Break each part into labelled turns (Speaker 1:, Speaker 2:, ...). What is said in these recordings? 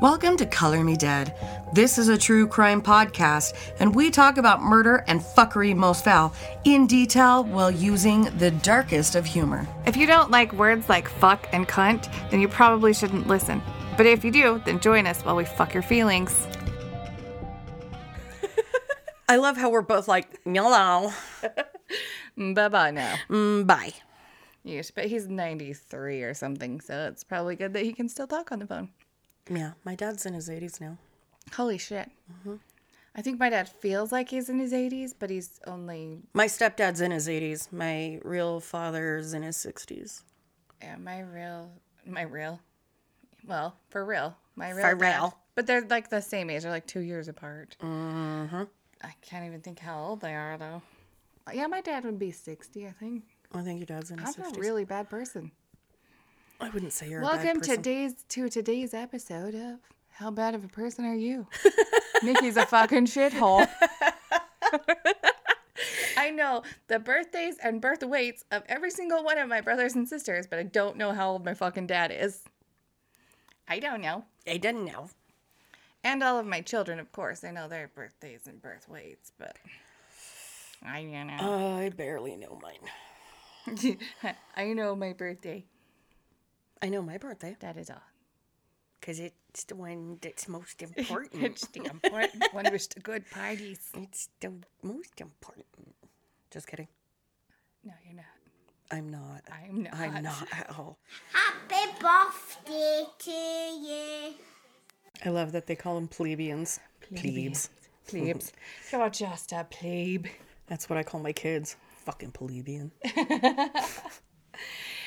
Speaker 1: Welcome to Color Me Dead. This is a true crime podcast, and we talk about murder and fuckery most foul in detail while using the darkest of humor.
Speaker 2: If you don't like words like fuck and cunt, then you probably shouldn't listen. But if you do, then join us while we fuck your feelings.
Speaker 1: I love how we're both like, meow,
Speaker 2: Bye bye now.
Speaker 1: Mm, bye.
Speaker 2: Yes, but he's 93 or something, so it's probably good that he can still talk on the phone.
Speaker 1: Yeah, my dad's in his 80s now.
Speaker 2: Holy shit. I think my dad feels like he's in his 80s, but he's only,
Speaker 1: My stepdad's in his 80s. My real father's in his 60s.
Speaker 2: yeah, my real, my real, well, for real, my real.
Speaker 1: For
Speaker 2: dad.
Speaker 1: real.
Speaker 2: But they're like the same age. They're like two years apart. Mm-hmm. I can't even think how old they are, though. Yeah, my dad would be 60, I think.
Speaker 1: I think your dad's in his
Speaker 2: I'm
Speaker 1: 60s.
Speaker 2: a really bad person.
Speaker 1: I wouldn't say you're a bad
Speaker 2: Welcome
Speaker 1: person.
Speaker 2: to days to today's episode of How Bad of a Person Are You? Nikki's a fucking shithole. I know the birthdays and birth weights of every single one of my brothers and sisters, but I don't know how old my fucking dad is. I don't know.
Speaker 1: I didn't know.
Speaker 2: And all of my children, of course. I know their birthdays and birth weights, but I don't know.
Speaker 1: I barely know mine.
Speaker 2: I know my birthday.
Speaker 1: I know my birthday
Speaker 2: That is all.
Speaker 1: because it's the one that's most important.
Speaker 2: It's the important one with the good parties.
Speaker 1: it's the most important. Just kidding.
Speaker 2: No, you're not.
Speaker 1: I'm not.
Speaker 2: I'm not.
Speaker 1: I'm not at all.
Speaker 3: Happy birthday to you.
Speaker 1: I love that they call them plebeians. Plebes.
Speaker 2: Plebes. You're just a plebe.
Speaker 1: That's what I call my kids. Fucking plebeian.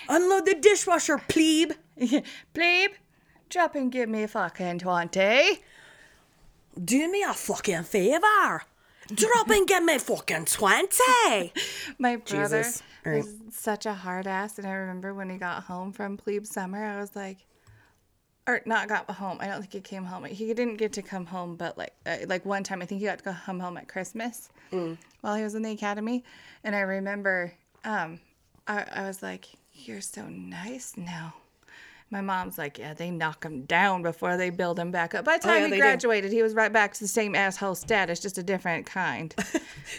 Speaker 1: Unload the dishwasher, plebe.
Speaker 2: plebe, drop and give me a fucking 20.
Speaker 1: Do me a fucking favor. Drop and get me fucking 20.
Speaker 2: My brother
Speaker 1: Jesus. All right.
Speaker 2: was such a hard ass. And I remember when he got home from plebe summer, I was like, or not got home. I don't think he came home. He didn't get to come home, but like, uh, like one time, I think he got to go come home at Christmas
Speaker 1: Mm.
Speaker 2: while he was in the academy. And I remember, um, I, I was like, "You're so nice now." My mom's like, "Yeah, they knock him down before they build him back up." By the time
Speaker 1: Oh, yeah, they
Speaker 2: he
Speaker 1: do.
Speaker 2: graduated, he was right back to the same asshole status, just a different kind.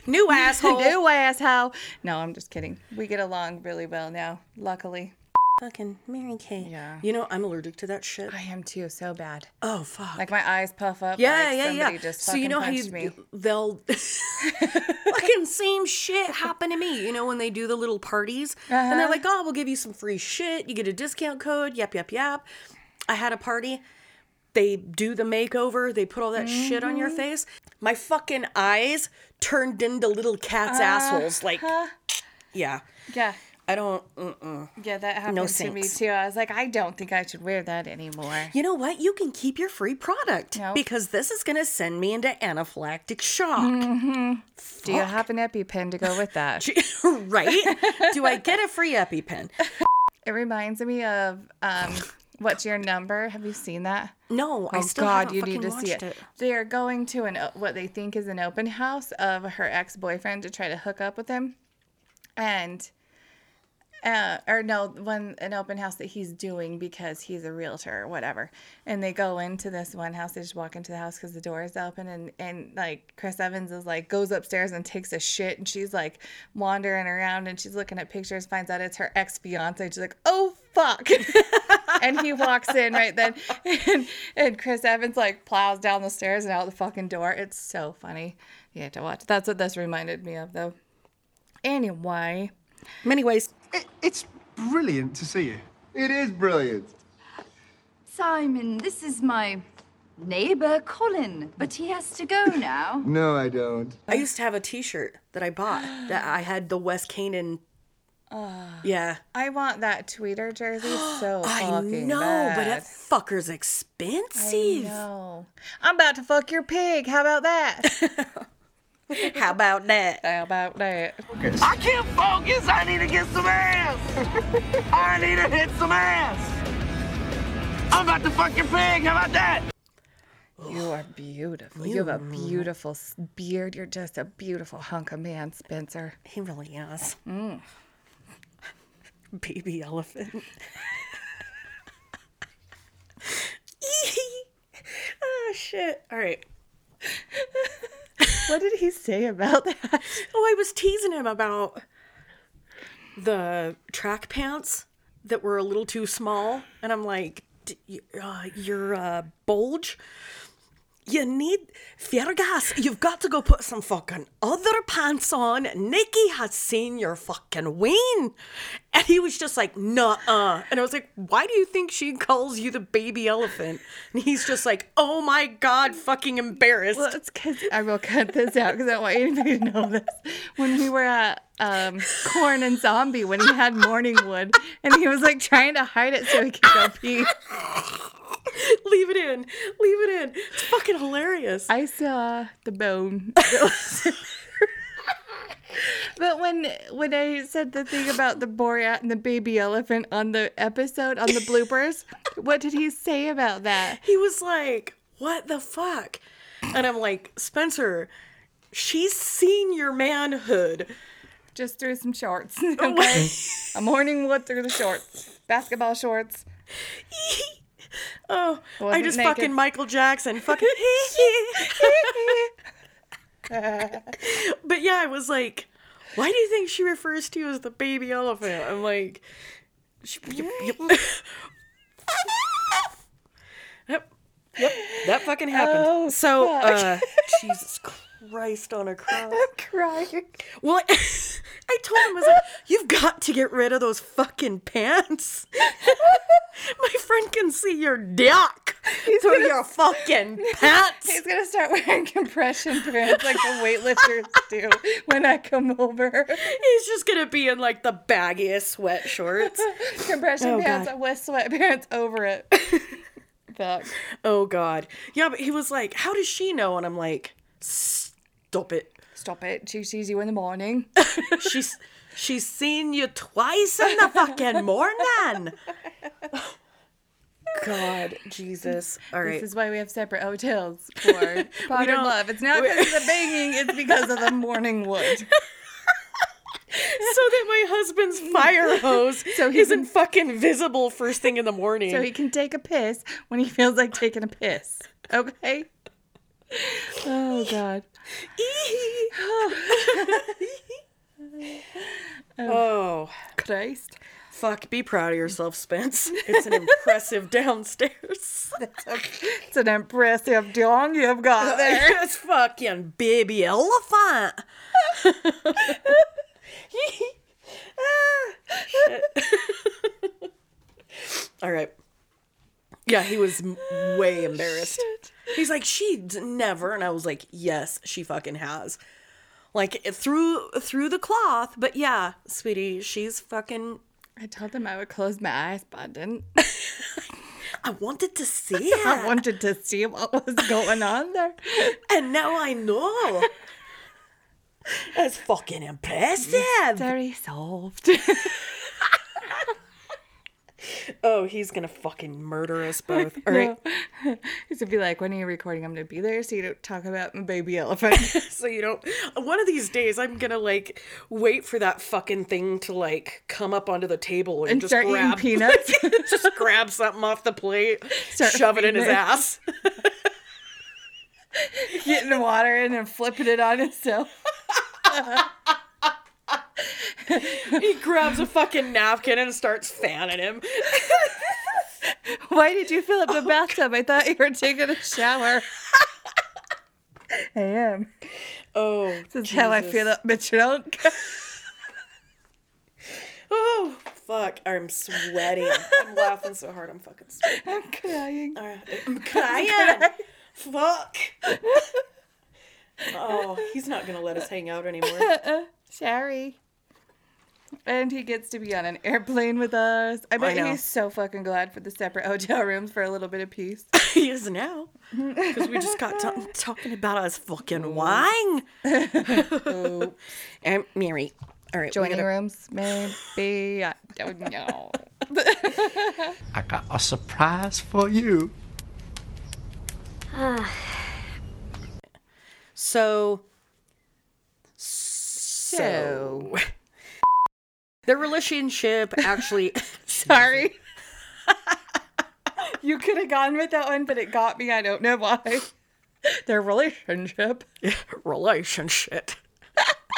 Speaker 1: New asshole.
Speaker 2: New asshole. No, I'm just kidding. We get along really well now, luckily.
Speaker 1: Fucking Mary Kay.
Speaker 2: Yeah.
Speaker 1: You know, I'm allergic to that shit.
Speaker 2: I am too, so bad.
Speaker 1: Oh, fuck.
Speaker 2: Like my eyes puff up.
Speaker 1: Yeah,
Speaker 2: like
Speaker 1: yeah,
Speaker 2: somebody
Speaker 1: yeah.
Speaker 2: Just
Speaker 1: so you
Speaker 2: fucking
Speaker 1: know how you
Speaker 2: punched me.
Speaker 1: they'll fucking same shit happened to me. You know when they do the little parties and
Speaker 2: Uh-huh.
Speaker 1: they're like, "Oh, we'll give you some free shit. You get a discount code." Yep, yep, yep. I had a party. They do the makeover. They put all that shit on your
Speaker 2: Mm-hmm.
Speaker 1: face. My fucking eyes turned into little cat's assholes. Like,
Speaker 2: Uh-huh.
Speaker 1: yeah,
Speaker 2: Yeah,
Speaker 1: I don't. mm. Mm-mm.
Speaker 2: yeah, that happened to me
Speaker 1: thanks.
Speaker 2: too. I was like, I don't think I should wear that anymore.
Speaker 1: You know what? You can keep your free product
Speaker 2: No.
Speaker 1: because this is gonna send me into anaphylactic shock.
Speaker 2: Do you have an EpiPen to go with that?
Speaker 1: right? Do I get a free EpiPen?
Speaker 2: it reminds me of um, what's your number? Have you seen that?
Speaker 1: No, I
Speaker 2: Oh
Speaker 1: still
Speaker 2: God,
Speaker 1: haven't
Speaker 2: you need to
Speaker 1: fucking
Speaker 2: see it.
Speaker 1: watched
Speaker 2: They are going to an o- what they think is an open house of her ex boyfriend to try to hook up with him, and uh, or no, one an open house that he's doing because he's a realtor or whatever. And they go into this one house. They just walk into the house because the door is open, and and like Chris Evans is like goes upstairs and takes a shit, and she's like wandering around and she's looking at pictures, finds out it's her ex fiance. She's like, oh fuck. and he walks in right then, and, and Chris Evans like plows down the stairs and out the fucking door. It's so funny. You have to watch. That's what this reminded me of, though. Anyway,
Speaker 1: Many ways.
Speaker 4: It, it's brilliant to see you. It is brilliant.
Speaker 5: Simon, this is my neighbor Colin, but he has to go now.
Speaker 4: No, I don't.
Speaker 1: I used to have a T-shirt that I bought that I had the West Canaan. yeah,
Speaker 2: I want that tweeter jersey so
Speaker 1: I
Speaker 2: fucking
Speaker 1: know, but
Speaker 2: bad.
Speaker 1: that fucker's
Speaker 2: I
Speaker 1: expensive.
Speaker 2: know. I'm about to fuck your pig. How about that?
Speaker 1: How about that?
Speaker 2: How about that?
Speaker 6: I can't focus. I need to get some ass. I need to hit some ass. I'm about to fuck your pig. How about that?
Speaker 2: You are beautiful. You have a beautiful s- beard. You're just a beautiful hunk of man, Spencer.
Speaker 1: He really is. Baby elephant. Oh, shit. All right.
Speaker 2: What did he say about that?
Speaker 1: Oh, I was teasing him about the track pants that were a little too small, and I'm like, D- y- uh, your uh, bulge. You need fair gas. You've got to go put some fucking other pants on. Nikki has seen your fucking ween. And he was just like, nah, uh. And I was like, why do you think she calls you the baby elephant? And he's just like, oh my God, fucking embarrassed.
Speaker 2: Well, it's because I will cut this out because I don't want anybody to know this. When we were at um, Corn and Zombie, when he had morning wood, and he was like trying to hide it so he could go pee.
Speaker 1: Leave it in. Leave it in. It's fucking hilarious.
Speaker 2: I saw the bone. that was in there. but when when I said the thing about the Borat and the baby elephant on the episode on the bloopers, what did he say about that?
Speaker 1: he was like, "What the fuck?" And I'm like, "Spencer, she's seen your manhood."
Speaker 2: Just through some shorts. Okay. A morning wood through the shorts. Basketball shorts.
Speaker 1: Oh, I
Speaker 2: Wasn't
Speaker 1: just
Speaker 2: naked.
Speaker 1: fucking Michael Jackson fucking. but yeah, I was like, "Why do you think she refers to you as the baby elephant?" I'm like, she- yep, yep. Yep, yep, that fucking happened.
Speaker 2: Oh,
Speaker 1: so,
Speaker 2: fuck.
Speaker 1: uh, Jesus Christ on a cross.
Speaker 2: Crying.
Speaker 1: Well, I, I told him, I was like, you've got to get rid of those fucking pants. My friend can see your dick through your fucking pants.
Speaker 2: He's gonna start wearing compression pants like the weightlifters do when I come over.
Speaker 1: He's just going to be in like the baggiest sweatshorts.
Speaker 2: Compression
Speaker 1: Oh,
Speaker 2: pants
Speaker 1: God.
Speaker 2: with sweatpants over it. Fuck.
Speaker 1: oh, God. Yeah, but he was like, how does she know? And I'm like, stop it.
Speaker 2: Stop it. She sees you in the morning.
Speaker 1: She's. She's seen you twice in the fucking morning. God, Jesus. All right.
Speaker 2: This is why we have separate hotels for pot and
Speaker 1: don't-
Speaker 2: love. It's not because of the banging, it's because of the morning wood.
Speaker 1: so that my husband's fire hose
Speaker 2: So he
Speaker 1: isn't
Speaker 2: can-
Speaker 1: fucking visible first thing in the morning.
Speaker 2: So he can take a piss when he feels like taking a piss. Okay? Oh God.
Speaker 1: oh,
Speaker 2: Christ.
Speaker 1: fuck! Be proud of yourself, Spence. It's an impressive downstairs.
Speaker 2: It's an impressive dong you've got there.
Speaker 1: There's fucking baby elephant. All right. Yeah, he was m- way embarrassed. He's like, she's never, and I was like, yes, she fucking has. Like it- through through the cloth, but yeah, sweetie, she's fucking.
Speaker 2: I told him I would close my eyes, but I didn't.
Speaker 1: I wanted to see
Speaker 2: I
Speaker 1: it,
Speaker 2: wanted to see what was going on there.
Speaker 1: and now I know. That's fucking impressive.
Speaker 2: Very soft.
Speaker 1: Oh, he's gonna fucking murder us both. All right,
Speaker 2: He's gonna be like, when are you recording? I'm gonna be there so you don't talk about my baby elephant.
Speaker 1: so you don't. One of these days, I'm gonna like wait for that fucking thing to like come up onto the table and,
Speaker 2: And
Speaker 1: just
Speaker 2: start eating
Speaker 1: grab
Speaker 2: peanuts.
Speaker 1: just grab something off the plate,
Speaker 2: Start
Speaker 1: shove it in his
Speaker 2: eating it.
Speaker 1: ass.
Speaker 2: Getting the water in and flipping it on itself.
Speaker 1: He grabs a fucking napkin and starts fanning him.
Speaker 2: Why did you fill up the bathtub? I thought you were taking a shower. I am.
Speaker 1: Oh,
Speaker 2: This is how I feel up my trunk.
Speaker 1: oh, fuck! I'm sweating. I'm laughing so hard, I'm fucking sweating.
Speaker 2: I'm crying.
Speaker 1: All right, I'm crying. Fuck. Oh, he's not gonna let us hang out anymore.
Speaker 2: Sorry. And he gets to be on an airplane with us. I bet
Speaker 1: know.
Speaker 2: he's so fucking glad for the separate hotel rooms for a little bit of peace.
Speaker 1: he is now because we just got done talking about his fucking wine. I'm Mary. All right, we
Speaker 2: Joining
Speaker 1: gotta-
Speaker 2: rooms, maybe. I don't know.
Speaker 4: I got a surprise for you.
Speaker 1: So,
Speaker 2: So
Speaker 1: their relationship actually.
Speaker 2: sorry. you could have gone with that one, but it got me. I don't know why. Their relationship.
Speaker 1: Relationship.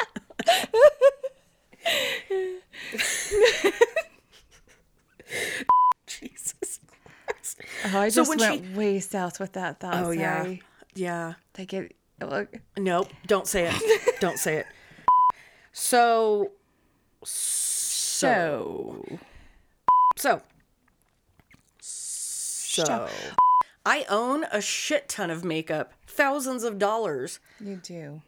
Speaker 1: Jesus. Christ.
Speaker 2: Oh, I
Speaker 1: So
Speaker 2: just
Speaker 1: when
Speaker 2: went
Speaker 1: she-
Speaker 2: way south with that thought.
Speaker 1: Oh,
Speaker 2: Sorry.
Speaker 1: yeah. Yeah.
Speaker 2: Like it. Look.
Speaker 1: Nope. Don't say it. don't say it. So, so,
Speaker 2: So.
Speaker 1: so, so. I own a shit ton of makeup, thousands of dollars.
Speaker 2: You do.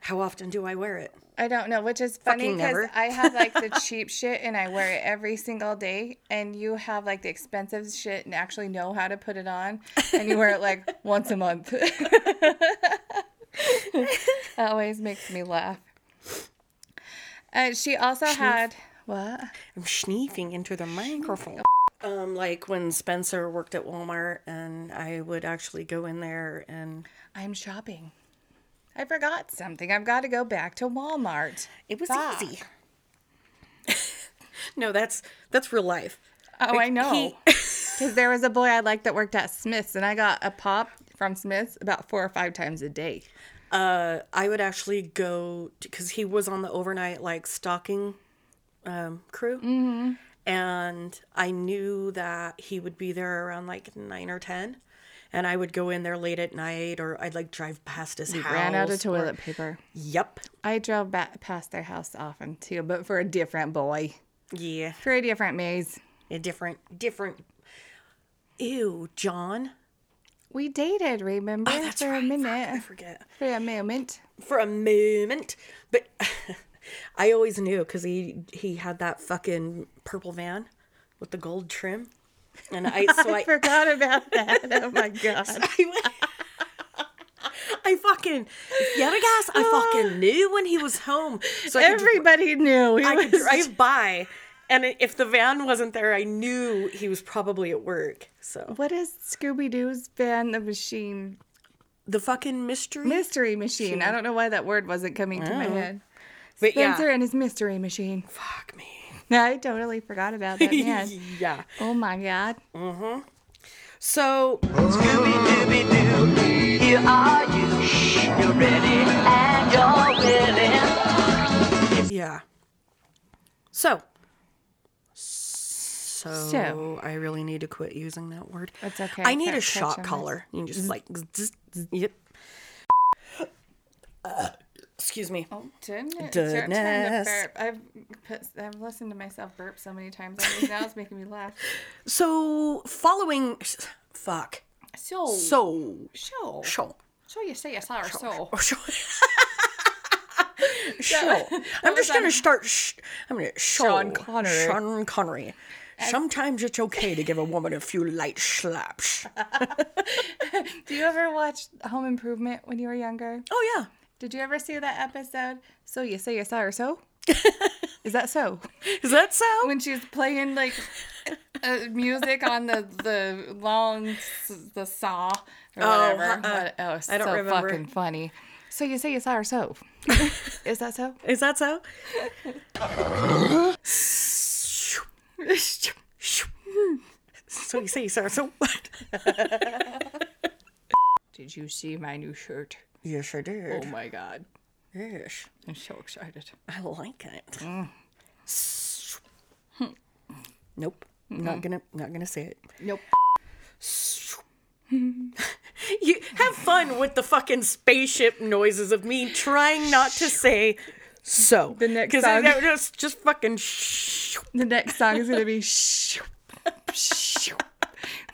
Speaker 1: How often do I wear it?
Speaker 2: I don't know, which is funny
Speaker 1: Fucking
Speaker 2: because
Speaker 1: never.
Speaker 2: I have like the cheap shit and I wear it every single day, and you have like the expensive shit and actually know how to put it on, and you wear it like once a month. that always makes me laugh. Uh, she also had what?
Speaker 1: I'm sneezing into the microphone. Um, like when Spencer worked at Walmart, and I would actually go in there and
Speaker 2: I'm shopping. I forgot something. I've got to go back to Walmart.
Speaker 1: it was easy. no, that's that's real life.
Speaker 2: Oh, I
Speaker 1: He-
Speaker 2: know. Because there was a boy I liked that worked at Smith's, and I got a pop from Smith's about four or five times a day.
Speaker 1: I would actually go because he was on the overnight like stalking um, crew,
Speaker 2: Mm-hmm.
Speaker 1: and I knew that he would be there around like nine or ten, and I would go in there late at night, or I'd like drive past his house.
Speaker 2: Ran out of
Speaker 1: or-
Speaker 2: toilet paper.
Speaker 1: Yep.
Speaker 2: I drove back past their house often too, but for a different boy,
Speaker 1: Yeah.
Speaker 2: for a different maze.
Speaker 1: A different, different. Ew, John. Oh,
Speaker 2: We dated, remember?
Speaker 1: That's
Speaker 2: for
Speaker 1: right.
Speaker 2: a
Speaker 1: fuck, I
Speaker 2: minute.
Speaker 1: forget.
Speaker 2: For a moment.
Speaker 1: for a moment, but I always knew because he he had that fucking purple van with the gold trim, and I so I,
Speaker 2: I forgot about that. Oh my god.
Speaker 1: I went- I fucking yeah, I guess I fucking knew when he was home, so I could, dri-
Speaker 2: Everybody knew. He
Speaker 1: I could
Speaker 2: was-
Speaker 1: drive by, and i- if the van wasn't there, I knew he was probably at work. So
Speaker 2: What is Scooby Doo's fan the machine?
Speaker 1: the fucking mystery,
Speaker 2: Mystery machine. I don't know why that word wasn't coming to my head.
Speaker 1: but Oh. yeah,
Speaker 2: Spencer and his mystery machine.
Speaker 1: fuck me,
Speaker 2: I totally forgot about that man.
Speaker 1: yeah.
Speaker 2: oh my god.
Speaker 1: So
Speaker 7: Here are you. Shh, You're ready and you're willing.
Speaker 1: Yeah. So. So, I really need to quit using that word.
Speaker 2: That's okay,
Speaker 1: I
Speaker 2: I
Speaker 1: need
Speaker 2: can't
Speaker 1: a
Speaker 2: catch
Speaker 1: shock
Speaker 2: on this. Mm-hmm.
Speaker 1: collar. You can just like zzz, zzz, yep. Uh, excuse me.
Speaker 2: Didn't it?
Speaker 1: Did
Speaker 2: Start trying to
Speaker 1: nest.
Speaker 2: burp. I've put, I've listened to myself burp so many times already. now it's making me laugh.
Speaker 1: So following fuck.
Speaker 2: So
Speaker 1: So
Speaker 2: show
Speaker 1: show.
Speaker 2: show you say yes or so.
Speaker 1: Show. show. I'm just gonna start. Sh- I'm gonna show
Speaker 2: Sean Connery.
Speaker 1: Sean Connery. Sometimes it's okay to give a woman a few light slaps.
Speaker 2: Do you ever watch Home Improvement when you were younger?
Speaker 1: Oh yeah.
Speaker 2: Did you ever see that episode? So you say yes or so? Is that so?
Speaker 1: Is that so?
Speaker 2: When she's playing like uh, music on the the long s- the saw or whatever.
Speaker 1: uh-uh.
Speaker 2: What- oh, it's
Speaker 1: I don't
Speaker 2: so
Speaker 1: remember.
Speaker 2: fucking funny. So you say yes or so? Is that so?
Speaker 1: Is that so? so you say, sir. So what?
Speaker 2: Did you see my new shirt?
Speaker 1: Yes, I
Speaker 2: Oh
Speaker 1: did.
Speaker 2: my god.
Speaker 1: Yes,
Speaker 2: I'm so excited.
Speaker 1: I like it.
Speaker 2: Mm.
Speaker 1: Hmm. Nope, not gonna, not gonna say it.
Speaker 2: Nope.
Speaker 1: You have fun with the fucking spaceship noises of me trying not to say so. The
Speaker 2: next
Speaker 1: I-
Speaker 2: song.
Speaker 1: that's just fucking. Sh-
Speaker 2: The next song is gonna be shoo, shoo.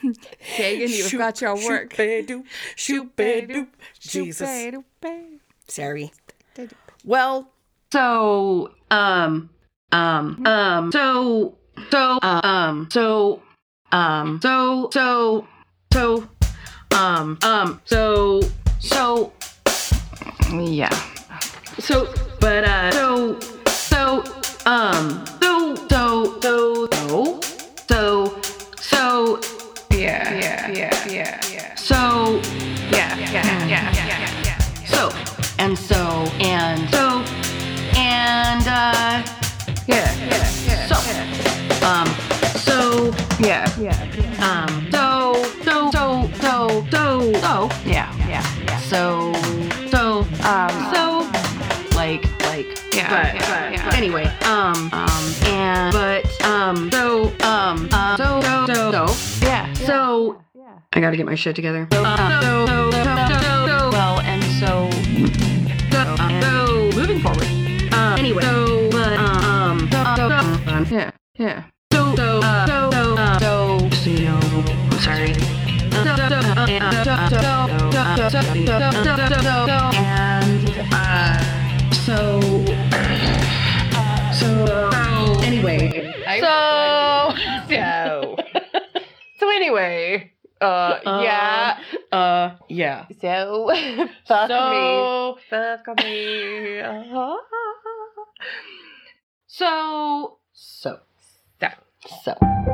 Speaker 2: Kagan, you've got your work.
Speaker 1: Shoop-a-doop, shoop-a-doop. Jesus, sorry. Well,
Speaker 8: So, um, um, um, so, so, uh, um, so, um, so, so, so, um, um, so, so, yeah. So, but, uh, so, so, um, so, so, so, so, so, so,
Speaker 2: Yeah, yeah, yeah, yeah, yeah.
Speaker 8: so,
Speaker 2: Yeah, yeah, yeah, yeah, yeah.
Speaker 8: so, and so, and so, and, uh,
Speaker 2: Yeah,
Speaker 8: So, um, so,
Speaker 2: yeah, yeah.
Speaker 8: um, so, so, so, so, so, so, yeah, yeah, yeah, yeah. So, so, um, so, like, like, yeah, but, but, yeah. anyway, um, um, and, but, um, so, um, um, so, so, so, so, yeah, so, I gotta get my shit together. So, um, so, so, so, so, so, well, and so, so, and so, moving forward. Um, anyway, so, but, um, so, so, um, yeah, yeah. So, so, uh, so, so, uh, so, just so you know, I'm sorry. And uh, so, so anyway,
Speaker 6: So, so, so anyway, uh, yeah,
Speaker 8: uh, yeah.
Speaker 6: so, fuck me,
Speaker 8: So
Speaker 6: fuck me, uh-huh.
Speaker 8: so so
Speaker 6: so,
Speaker 8: so.